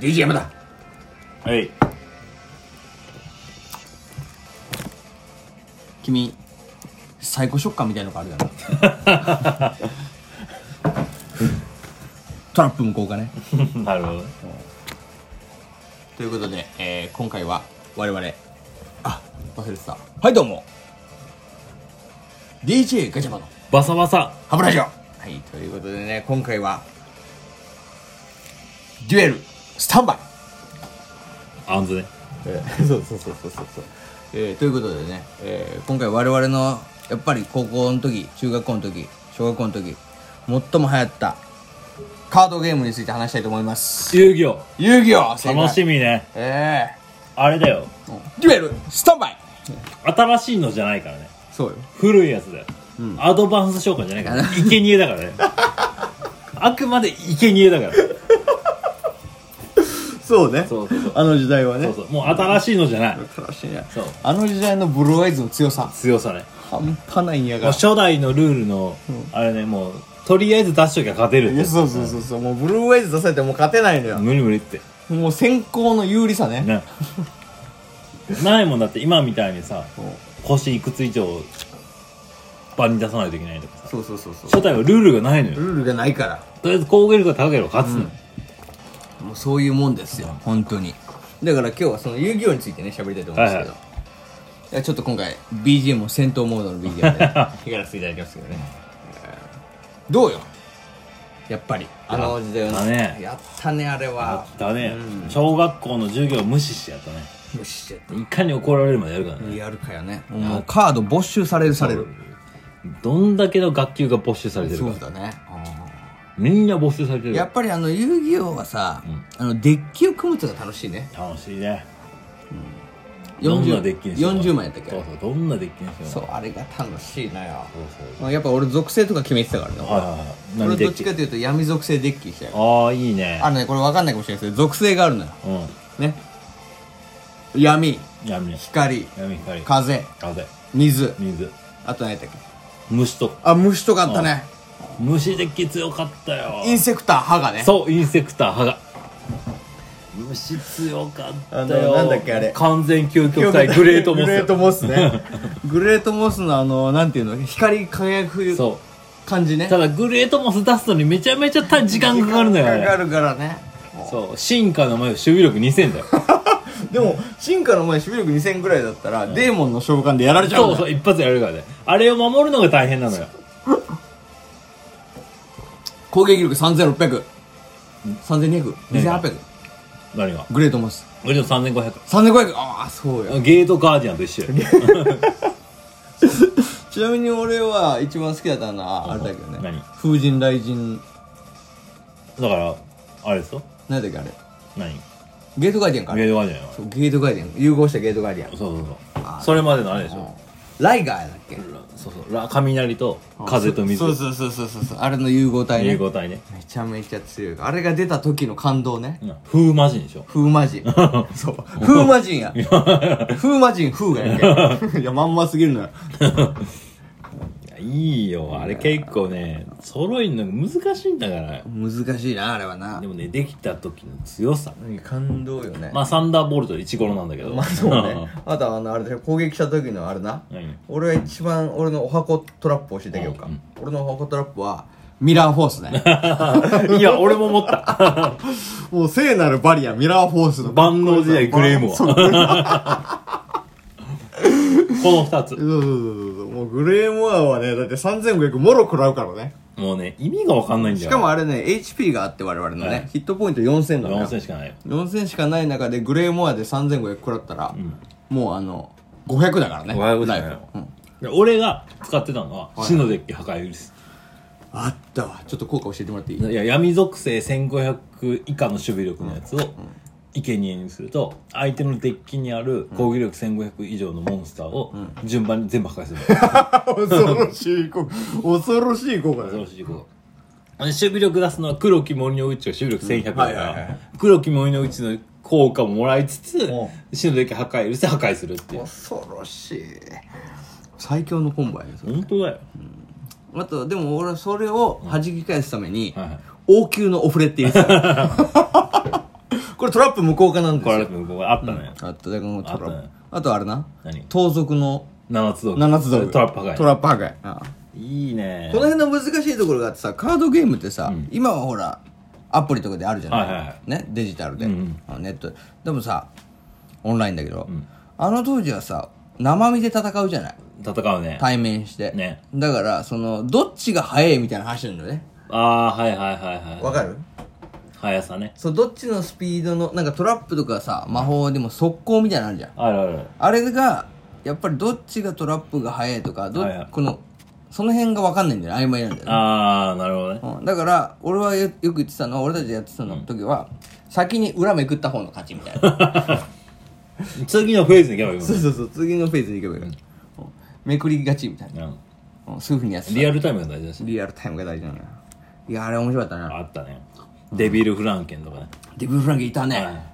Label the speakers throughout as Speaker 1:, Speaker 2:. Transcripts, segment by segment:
Speaker 1: DJ 山田
Speaker 2: はい
Speaker 3: 君最高食感みたいのがあるやろ トラップ向こうかね
Speaker 2: なるほどね
Speaker 3: ということで、えー今回は我々あ忘れてたはいどうも DJ ガチャバの
Speaker 2: バサバサ
Speaker 3: ハブラジオはいということでね今回はデュエルスタンバイ
Speaker 2: あんずね
Speaker 3: そうそうそうそうそうそう、えーということでね、えー今回我々のやっぱり高校の時中学校の時小学校の時最も流行ったカードゲームについて話したいと思います
Speaker 2: 遊戯王
Speaker 3: 遊戯王正解
Speaker 2: 楽しみね
Speaker 3: え
Speaker 2: あれだよ
Speaker 3: えデュエルスタンバイ
Speaker 2: 新しいのじゃないからね
Speaker 3: そうよ
Speaker 2: 古いやつだよ、アドバンス召喚じゃないからね生贄だから ねあくまで生贄だから
Speaker 3: そうね
Speaker 2: そうそうそう
Speaker 3: あの時代は
Speaker 2: そうそうもう新しいのじゃない
Speaker 3: 悲しいね
Speaker 2: そう
Speaker 3: あの時代のブルーアイズの強さ
Speaker 2: 強さね
Speaker 3: 半端ないんや
Speaker 2: もう
Speaker 3: が
Speaker 2: 初代のルールの、あれねもうとりあえず出しときゃ勝てるっ
Speaker 3: い
Speaker 2: て
Speaker 3: やそうそうそうそうもうブルーアイズ出されてもう勝てないのよ、
Speaker 2: 無理無理って
Speaker 3: もう先行の有利さね
Speaker 2: ねないもんだって今みたいにさ
Speaker 3: そう
Speaker 2: 腰いくつ以上番に出さないといけないとかさ
Speaker 3: そうそうそうそう
Speaker 2: 初代はルールがないのよ
Speaker 3: ルールがないから
Speaker 2: とりあえず攻撃力が高ければ勝つのよ、
Speaker 3: もうそういうもんですよ本当にだから今日はその遊戯王についてね喋りたいと思うんですけど、
Speaker 2: はい
Speaker 3: やちょっと今回 BGM を戦闘モードの BGM でやらせていただきますけどねどうよやっぱりあの時代は
Speaker 2: やったね
Speaker 3: やったねあれは
Speaker 2: あったね、
Speaker 3: うん
Speaker 2: 小学校の授業を無視してやったね
Speaker 3: 無視しちゃっ
Speaker 2: いかに怒られるまでやるから
Speaker 3: た
Speaker 2: ね
Speaker 3: やるかよねもうカード没収されるされる
Speaker 2: どんだけの学級が没収されてる
Speaker 3: そ
Speaker 2: か
Speaker 3: うだね
Speaker 2: みんな没収されてる
Speaker 3: やっぱりあの遊戯王はさ、あのデッキを組むってのが楽しいね
Speaker 2: 楽しいねどんなデッキにしよう
Speaker 3: 40枚やったっけ
Speaker 2: そうそうどんなデッキにしよう
Speaker 3: そ
Speaker 2: そう
Speaker 3: うあれが楽しいなよ
Speaker 2: そう
Speaker 3: まあやっぱ俺属性とか決めてたからね
Speaker 2: はいはいはい
Speaker 3: 俺
Speaker 2: 何
Speaker 3: ど
Speaker 2: デ
Speaker 3: っ
Speaker 2: ッ
Speaker 3: ち
Speaker 2: キ
Speaker 3: かというと闇属性デッキにしたよ
Speaker 2: ああいいね
Speaker 3: あのねこれ分かんないかもしれないですけど属性があるのよ
Speaker 2: う
Speaker 3: ね闇
Speaker 2: ん闇ね
Speaker 3: 光
Speaker 2: 闇光
Speaker 3: 風
Speaker 2: 風
Speaker 3: 水
Speaker 2: 水
Speaker 3: あと何やったっけ
Speaker 2: 虫と
Speaker 3: あ虫とかあったね
Speaker 2: 虫デッキ強かったよ
Speaker 3: インセクター歯がね
Speaker 2: そうインセクター歯が虫強かった
Speaker 3: あの
Speaker 2: よ
Speaker 3: なんだっけあれ
Speaker 2: 完全究極体グレートモス
Speaker 3: グレートモスねグレートモスのあのなんていうの光り輝く
Speaker 2: そ
Speaker 3: 感じ
Speaker 2: う
Speaker 3: ね
Speaker 2: ただグレートモス出すのにめちゃめちゃた時間かかるのよあ
Speaker 3: かか
Speaker 2: れ
Speaker 3: るからね
Speaker 2: そう進化の前を守備力2000だよ
Speaker 3: でも進化の前守備力2000ぐらいだったらデーモンの召喚でやられちゃうん
Speaker 2: そ
Speaker 3: だ
Speaker 2: う
Speaker 3: よ
Speaker 2: そう一発やるからねあれを守るのが大変なのよ
Speaker 3: 攻撃力3600。3200。2800。
Speaker 2: 何が
Speaker 3: グレートモス。
Speaker 2: グレート3500
Speaker 3: 3500! ああ、そうや。
Speaker 2: ゲートガーディアンと一緒よ
Speaker 3: ちなみに俺は一番好きだったのは、あれだけどね。
Speaker 2: 何
Speaker 3: 風神雷神、
Speaker 2: だからあれですよ
Speaker 3: なんだっけあれ。
Speaker 2: 何
Speaker 3: ゲートガーディアンかあれ
Speaker 2: ゲートガーディアンよ
Speaker 3: そうゲートガーディアン。融合したゲートガーディア
Speaker 2: そうそうそ
Speaker 3: あ
Speaker 2: うそれまでのあれでしょ
Speaker 3: ン。ライガーやだっけ
Speaker 2: そうそうら雷と風と水
Speaker 3: そうそうそうそうそうそう。あれの融合体
Speaker 2: 融
Speaker 3: ね。
Speaker 2: 合体ね
Speaker 3: めちゃめちゃ強い。あれが出た時の感動ね。
Speaker 2: うん風魔人でしょ
Speaker 3: 風魔 人。そう。風魔人や。風魔人、風がや っけ。いや、まんますぎるのよ。
Speaker 2: いやいいよあれ結構ね揃えるの難しいんだから
Speaker 3: 難しいな、あれはな
Speaker 2: で。もねできた時の強さ
Speaker 3: 感動よね
Speaker 2: まあサンダーボルト1頃なんだけど
Speaker 3: まあそうねあとはあのあれで攻撃した時のあれな
Speaker 2: 何
Speaker 3: 俺が一番俺のお箱トラップを教えてあげようか、俺のお箱トラップはミラーフォース ね
Speaker 2: いや俺も思った
Speaker 3: もう聖なるバリアミラーフォースの
Speaker 2: 万能時代グレームは こ の2つ
Speaker 3: そうそうそうそうもうグレーモアはねだって3500もろ食らうからね
Speaker 2: もうね意味が分かんないんだ
Speaker 3: し
Speaker 2: よ
Speaker 3: かもあれね HP があって我々のね、
Speaker 2: はい
Speaker 3: ヒットポイント4000だから
Speaker 2: 4000しかないよ
Speaker 3: 4000しかない中でグレーモアで3500食らったら、もうあの500だからね
Speaker 2: 500
Speaker 3: ナイ
Speaker 2: だ
Speaker 3: フ
Speaker 2: よで俺が使ってたのは死のデッキ破壊ウイルス
Speaker 3: あったわちょっと効果教えてもらっていい、
Speaker 2: いや闇属性1500以下の守備力のやつを生贄にすると相手のデッキにある攻撃力1500以上のモンスターを順番に全部破壊する、
Speaker 3: 恐ろしい効果恐ろしい効果だ
Speaker 2: 恐ろしいことで守備力出すのは黒木森のうちは守備力1100だか
Speaker 3: うんはいはいは
Speaker 2: ら黒木森のうちの効果ももらいつつ
Speaker 3: ん
Speaker 2: 死のデッキ破壊ウイルスで破壊するっていう
Speaker 3: 恐ろしい最強のコンボやねそれ
Speaker 2: 本当だよ
Speaker 3: あとでも俺はそれを弾き返すために、
Speaker 2: はいはい
Speaker 3: 王宮のオフレって入れてたよこれトラップ無効化なんです
Speaker 2: これ
Speaker 3: よ
Speaker 2: あれここあったね、
Speaker 3: あとだからもうトラ
Speaker 2: あった
Speaker 3: ップ
Speaker 2: ね
Speaker 3: あとあれな
Speaker 2: 何
Speaker 3: 盗賊の
Speaker 2: 七つ道具
Speaker 3: 七つ道具
Speaker 2: トラップ破壊
Speaker 3: トラップ破壊ああ
Speaker 2: いいね
Speaker 3: この辺の難しいところがあってさカードゲームってさ、今はほらアプリとかであるじゃない,、
Speaker 2: はいはいは
Speaker 3: ね、デジタルで、
Speaker 2: うんうん
Speaker 3: あネットででもさオンラインだけど、あの当時はさ生身で戦うじゃない
Speaker 2: 戦うね
Speaker 3: 対面して、
Speaker 2: ね
Speaker 3: だからそのどっちが早いみたいな話なんだよね
Speaker 2: ああはいはいはいはい
Speaker 3: わかる
Speaker 2: 速さね
Speaker 3: そうどっちのスピードのなんかトラップとかさ魔法でも速攻みたいなのあるじゃん
Speaker 2: あるある
Speaker 3: あれがやっぱりどっちがトラップが早いとかど、
Speaker 2: はいはい
Speaker 3: このその辺が分かんないんだよね曖昧なんだよね
Speaker 2: ああなるほどね
Speaker 3: うんだから俺はよよく言ってたのは俺たちやってたの時は、先に裏めくった方の勝ちみたいな
Speaker 2: 次のフェーズに行けばいいも ん
Speaker 3: そう
Speaker 2: ね
Speaker 3: そうそう次のフェーズに行けばいい、うんめくりがちみたいな、
Speaker 2: うん
Speaker 3: うんそういうふうにやってた
Speaker 2: リアルタイムが大事だし
Speaker 3: リアルタイムが大事なのよいやあれ面白かったな
Speaker 2: あったねデビル・フランケンとかね
Speaker 3: デブ・フランケンいたね、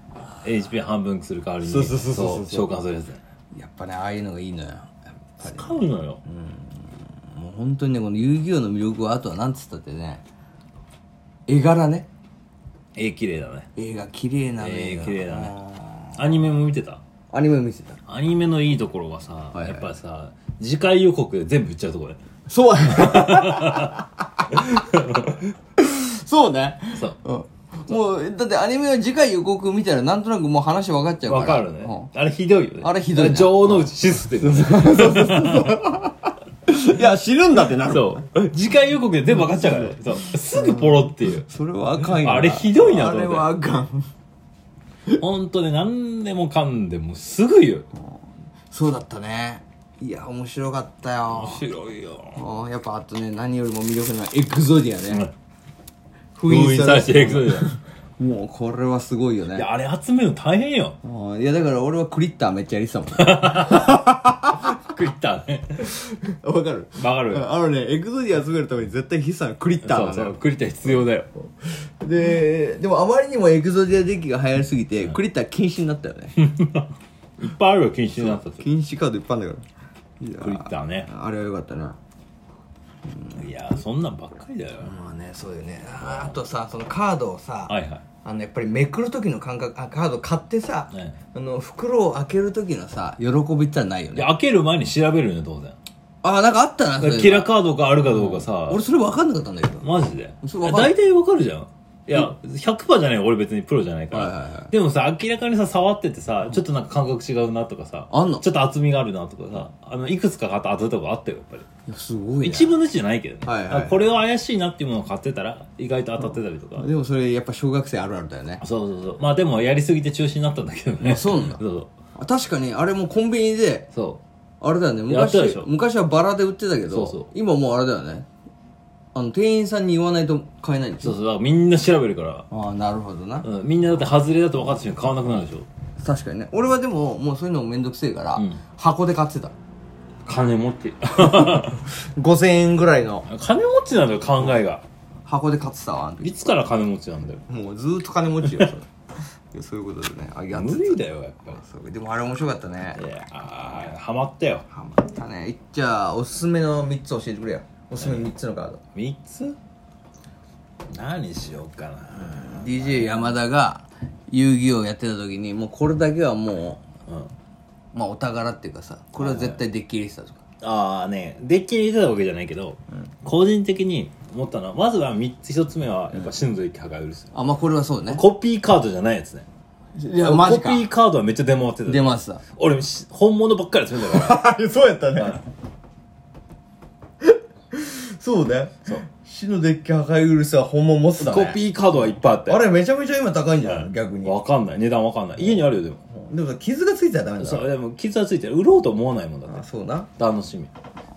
Speaker 2: HP 半分する代わりに
Speaker 3: そうそうそうそう
Speaker 2: そう召喚するやつね
Speaker 3: やっぱねああいうのがいいのよやっぱ
Speaker 2: 使うのよ
Speaker 3: もう本当にねこの遊戯王の魅力はあとは何つったってね絵柄ね
Speaker 2: 絵綺麗だね
Speaker 3: 絵が綺麗なのよ
Speaker 2: 絵綺麗だねアニメも見てた
Speaker 3: アニメ見せた
Speaker 2: アニメのいいところはさ、
Speaker 3: いはい
Speaker 2: やっぱさ次回予告で全部言っちゃうところね
Speaker 3: そうや そうね
Speaker 2: そう
Speaker 3: うんもうだってアニメは次回予告見たらなんとなくもう話分かっちゃうから
Speaker 2: わかるね、あれひどいよね
Speaker 3: あれひどいね
Speaker 2: 女王のうちシステム
Speaker 3: うん いや知るんだってな
Speaker 2: そう次回予告で全部分かっちゃうからねそうすぐポロっていう
Speaker 3: それはあかんよ
Speaker 2: あれひどいな
Speaker 3: あ
Speaker 2: と思って
Speaker 3: れはあかん
Speaker 2: 本当ね何でもかんでもすぐ言う
Speaker 3: そうだったねいや面白かったよ
Speaker 2: 面白いよ
Speaker 3: あーやっぱあとね何よりも魅力なのはエクゾディアね封
Speaker 2: 封印させていく
Speaker 3: れ
Speaker 2: そうじゃん
Speaker 3: もうこれはすごいよ
Speaker 2: い
Speaker 3: ね
Speaker 2: やあれ集めるの大変よ
Speaker 3: あーいやだから俺はクリッターめっちゃやりてたもんわ
Speaker 2: クイッターね
Speaker 3: かる
Speaker 2: わかる
Speaker 3: あのねエクゾディア集めるために絶対必須なのクリッター
Speaker 2: そ
Speaker 3: な
Speaker 2: う
Speaker 3: の
Speaker 2: そ
Speaker 3: よ
Speaker 2: うクリッター必要だ よ
Speaker 3: ででもあまりにもエクゾディアデッキが流行りすぎて、クリッター禁止になったよね
Speaker 2: いっぱいあるよ禁止になったってク
Speaker 3: 禁止カードいっぱいあるんだからいや
Speaker 2: リッターね
Speaker 3: あれはよかったない
Speaker 2: やそんなんばっかりだよ
Speaker 3: まあねそうよねああとさそのカードをさ、
Speaker 2: はいはい
Speaker 3: あのやっぱりめくる時の感覚あカード買ってさ、
Speaker 2: ね
Speaker 3: あの袋を開ける時のさ喜びってのはないよ
Speaker 2: いや
Speaker 3: ね
Speaker 2: 開ける前に調べるよね当然
Speaker 3: ああなんかあったなそ
Speaker 2: だか
Speaker 3: れ
Speaker 2: らキラカードがあるかどうかさ、
Speaker 3: 俺それ分かんなかったんだけど
Speaker 2: マジで
Speaker 3: そ
Speaker 2: いう
Speaker 3: わ
Speaker 2: や
Speaker 3: かる
Speaker 2: 大体わかるじゃんいや、100%じゃないよ俺別にプロじゃないから、
Speaker 3: はいはいは
Speaker 2: でもさ明らかにさ触っててさちょっとなんか感覚違うなとかさ
Speaker 3: あんの
Speaker 2: ちょっと厚みがあるなとかさあのいくつか買った当てたとこあったよやっぱり
Speaker 3: いやすごい
Speaker 2: 一
Speaker 3: ね
Speaker 2: 分の一じゃないけどね、
Speaker 3: はいはい
Speaker 2: だからこれは怪しいなっていうものを買ってたら意外と当たってたりとか、
Speaker 3: でもそれやっぱ小学生あるあるだよね
Speaker 2: そうそうそうまあでもやりすぎて中止になったんだけどね
Speaker 3: あそうなんだ
Speaker 2: そう
Speaker 3: あ確かにあれもコンビニで
Speaker 2: そ
Speaker 3: あれだよね
Speaker 2: やっ
Speaker 3: 昔
Speaker 2: てたでしょ
Speaker 3: 昔はバラで売ってたけど
Speaker 2: そうそう
Speaker 3: 今もうあれだよねあの店員さんに言わないと買えないんで
Speaker 2: う
Speaker 3: すよ
Speaker 2: そうそうだからみんな調べるから、
Speaker 3: ああなるほどな
Speaker 2: うん、みんなだって外れだと分かった瞬間買わなくなるでしょ
Speaker 3: 確かにね俺はでももうそういうのもめんどくせえから、箱で買ってた
Speaker 2: 金持ち
Speaker 3: 5000円ぐらいの
Speaker 2: 金持ちなんだよ考えが
Speaker 3: 箱で買ってたわあの時
Speaker 2: いつから金持ちなんだよ
Speaker 3: もうずーっと金持ちよそれ いやそういうことでねあやって
Speaker 2: 無理だよやっぱ
Speaker 3: そうでもあれ面白かったね
Speaker 2: りいやーハマったよ
Speaker 3: ハマったねじゃあおすすめの3つ教えてくれよおすすめ3つのカード、
Speaker 2: 3つ何しようかな
Speaker 3: DJ 山田が遊戯王やってた時にもうこれだけはもう、まあお宝っていうかさこれは絶対デッキ入れてたとか、
Speaker 2: ああねデッキに入れてたわけじゃないけど、個人的に思ったのはまずは3つ1つ目はやっぱ心臓一気破壊ウイルス、
Speaker 3: あまあこれはそうね
Speaker 2: コピーカードじゃないやつね
Speaker 3: いやマジか
Speaker 2: コピーカードはめっちゃ出回ってた
Speaker 3: 出ますさ
Speaker 2: 俺し本物ばっかり集めてたか
Speaker 3: そうやった
Speaker 2: ら、はい
Speaker 3: そうね死のデッキ破壊ウイルスは本物持ってた
Speaker 2: コピーカードはいっぱいあって
Speaker 3: れめちゃめちゃ今高いんじゃ
Speaker 2: うんわかんない値段わかんない家にあるよでも、
Speaker 3: でも傷がついたらダメ
Speaker 2: そうでも傷はついてる売ろうと思わないもんだって
Speaker 3: そうな
Speaker 2: 楽しみ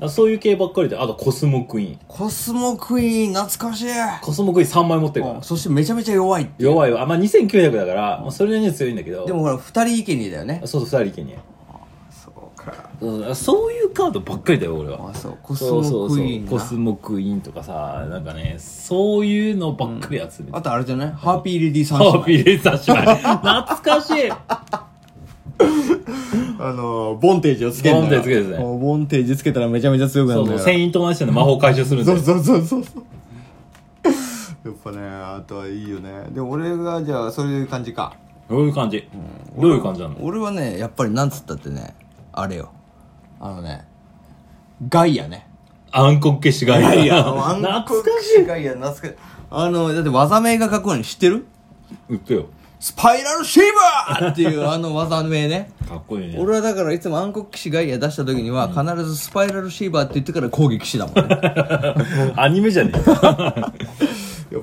Speaker 2: そういう系ばっかりであとコスモクイーン
Speaker 3: コスモクイーン懐かしい
Speaker 2: コスモクイーン3枚持ってるから
Speaker 3: そしてめちゃめちゃ弱いって
Speaker 2: 弱いわあまあ2900だから、まあ、それなりには強いんだけど
Speaker 3: でもほら二人生贄だよね
Speaker 2: そうそう2人いけに
Speaker 3: そうか
Speaker 2: そうそういうカードばっかりだよ俺は
Speaker 3: あそうコス
Speaker 2: そ
Speaker 3: モ
Speaker 2: うそう
Speaker 3: ク
Speaker 2: そ
Speaker 3: イー
Speaker 2: う
Speaker 3: ンな
Speaker 2: コスモクイーンとかさなんかねそういうのばっかり集めて
Speaker 3: あとあれじゃないハーピーレディー三姉
Speaker 2: ハー
Speaker 3: 妹
Speaker 2: ピーレーサー姉 妹懐かしい
Speaker 3: あのー、ボンテージをつける
Speaker 2: ボンテージつけるんだよ
Speaker 3: ボンテージつけたらめちゃめちゃ強くな
Speaker 2: そ
Speaker 3: る
Speaker 2: うん
Speaker 3: だ
Speaker 2: そう
Speaker 3: よ
Speaker 2: 船員友達の魔法解消するんだ
Speaker 3: そ
Speaker 2: よ
Speaker 3: うそうそうそうそうやっぱねあとはいいよねでも俺がじゃあそういう感じか
Speaker 2: どういう感じ、どういう感じなの
Speaker 3: 俺はねやっぱりなんつったってねあれよあのねガイアね
Speaker 2: 暗黒消しがいや懐かしい
Speaker 3: ガイア懐かしいあのだって技名が書くのに知ってる
Speaker 2: 言ってよ
Speaker 3: スパイラルシーバーって いうあの技名ね
Speaker 2: かっこいいね
Speaker 3: 俺はだからいつも暗黒騎士ガイア出した時には必ずスパイラルシーバーって言ってから攻撃士だもんね
Speaker 2: アニメじゃねえ
Speaker 3: やっぱ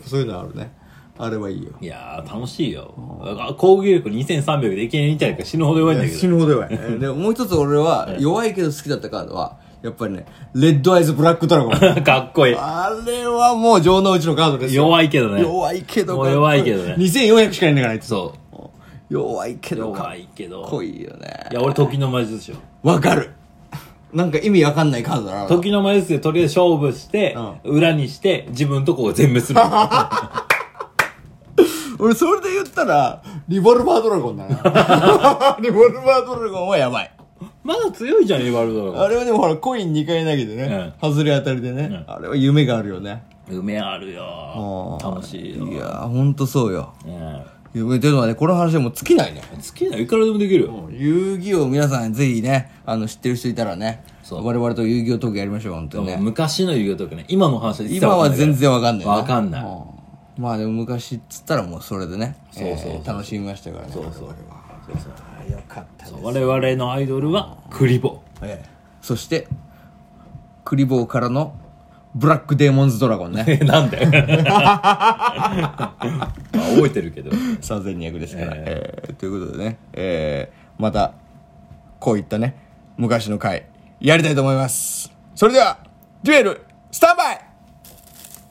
Speaker 3: そういうのあるねあれはいいよ
Speaker 2: いやー楽しいよあ攻撃力2300でいけにいたいから死ぬほど弱いんだけど
Speaker 3: ぬほど弱いでももう一つ俺は弱いけど好きだったカードはやっぱりねレッドアイズブラックドラゴン
Speaker 2: かっこい い
Speaker 3: あれはもう情のうちのカードですよ
Speaker 2: 弱いけどね
Speaker 3: 弱いけど
Speaker 2: もう弱いけどね
Speaker 3: 2400しかいないんだからあいつ
Speaker 2: そ
Speaker 3: 弱いけ
Speaker 2: う
Speaker 3: どか
Speaker 2: 弱
Speaker 3: っ
Speaker 2: いけど
Speaker 3: こいいよね
Speaker 2: いや俺時の魔術師よ
Speaker 3: わかるなんか意味わかんないカードだな
Speaker 2: 時の魔術師でとりあえず勝負して、裏にして自分のとこを全滅 する
Speaker 3: 俺それで言ったらリボルバードラゴンだ なリボルバードラゴンはやばい
Speaker 2: まだ強いじゃんリバルドラゴ
Speaker 3: あれはでもほらコイン2回投げてね、外れ当たりでね、あれは夢があるよね
Speaker 2: ン夢あるよ
Speaker 3: あー
Speaker 2: 楽しいよ、
Speaker 3: いやーほんとそうよ
Speaker 2: うん
Speaker 3: いやでもねこの話はもう尽きないね
Speaker 2: 好きなのいくらでもできるよ
Speaker 3: 遊戯王皆さんぜひねあの知ってる人いたらね
Speaker 2: そう
Speaker 3: 我々と遊戯王トークやりましょう本当に
Speaker 2: でも
Speaker 3: ね
Speaker 2: 昔の遊戯王とかね今の話実
Speaker 3: 今は全然わかんないね
Speaker 2: わかんない
Speaker 3: うんまあでも昔っつったらもうそれでね
Speaker 2: そうそうそう
Speaker 3: えー楽しみましたからねそう
Speaker 2: そう
Speaker 3: そうよかったです
Speaker 2: 我々のアイドルはクリボ
Speaker 3: ええそしてクリボーからのブラックデーモンズドラゴンね
Speaker 2: えなんでまあ覚えてるけど
Speaker 3: 3200ですから、ええということでね、ええまたこういったね昔の回やりたいと思いますそれではデュエルスタンバイ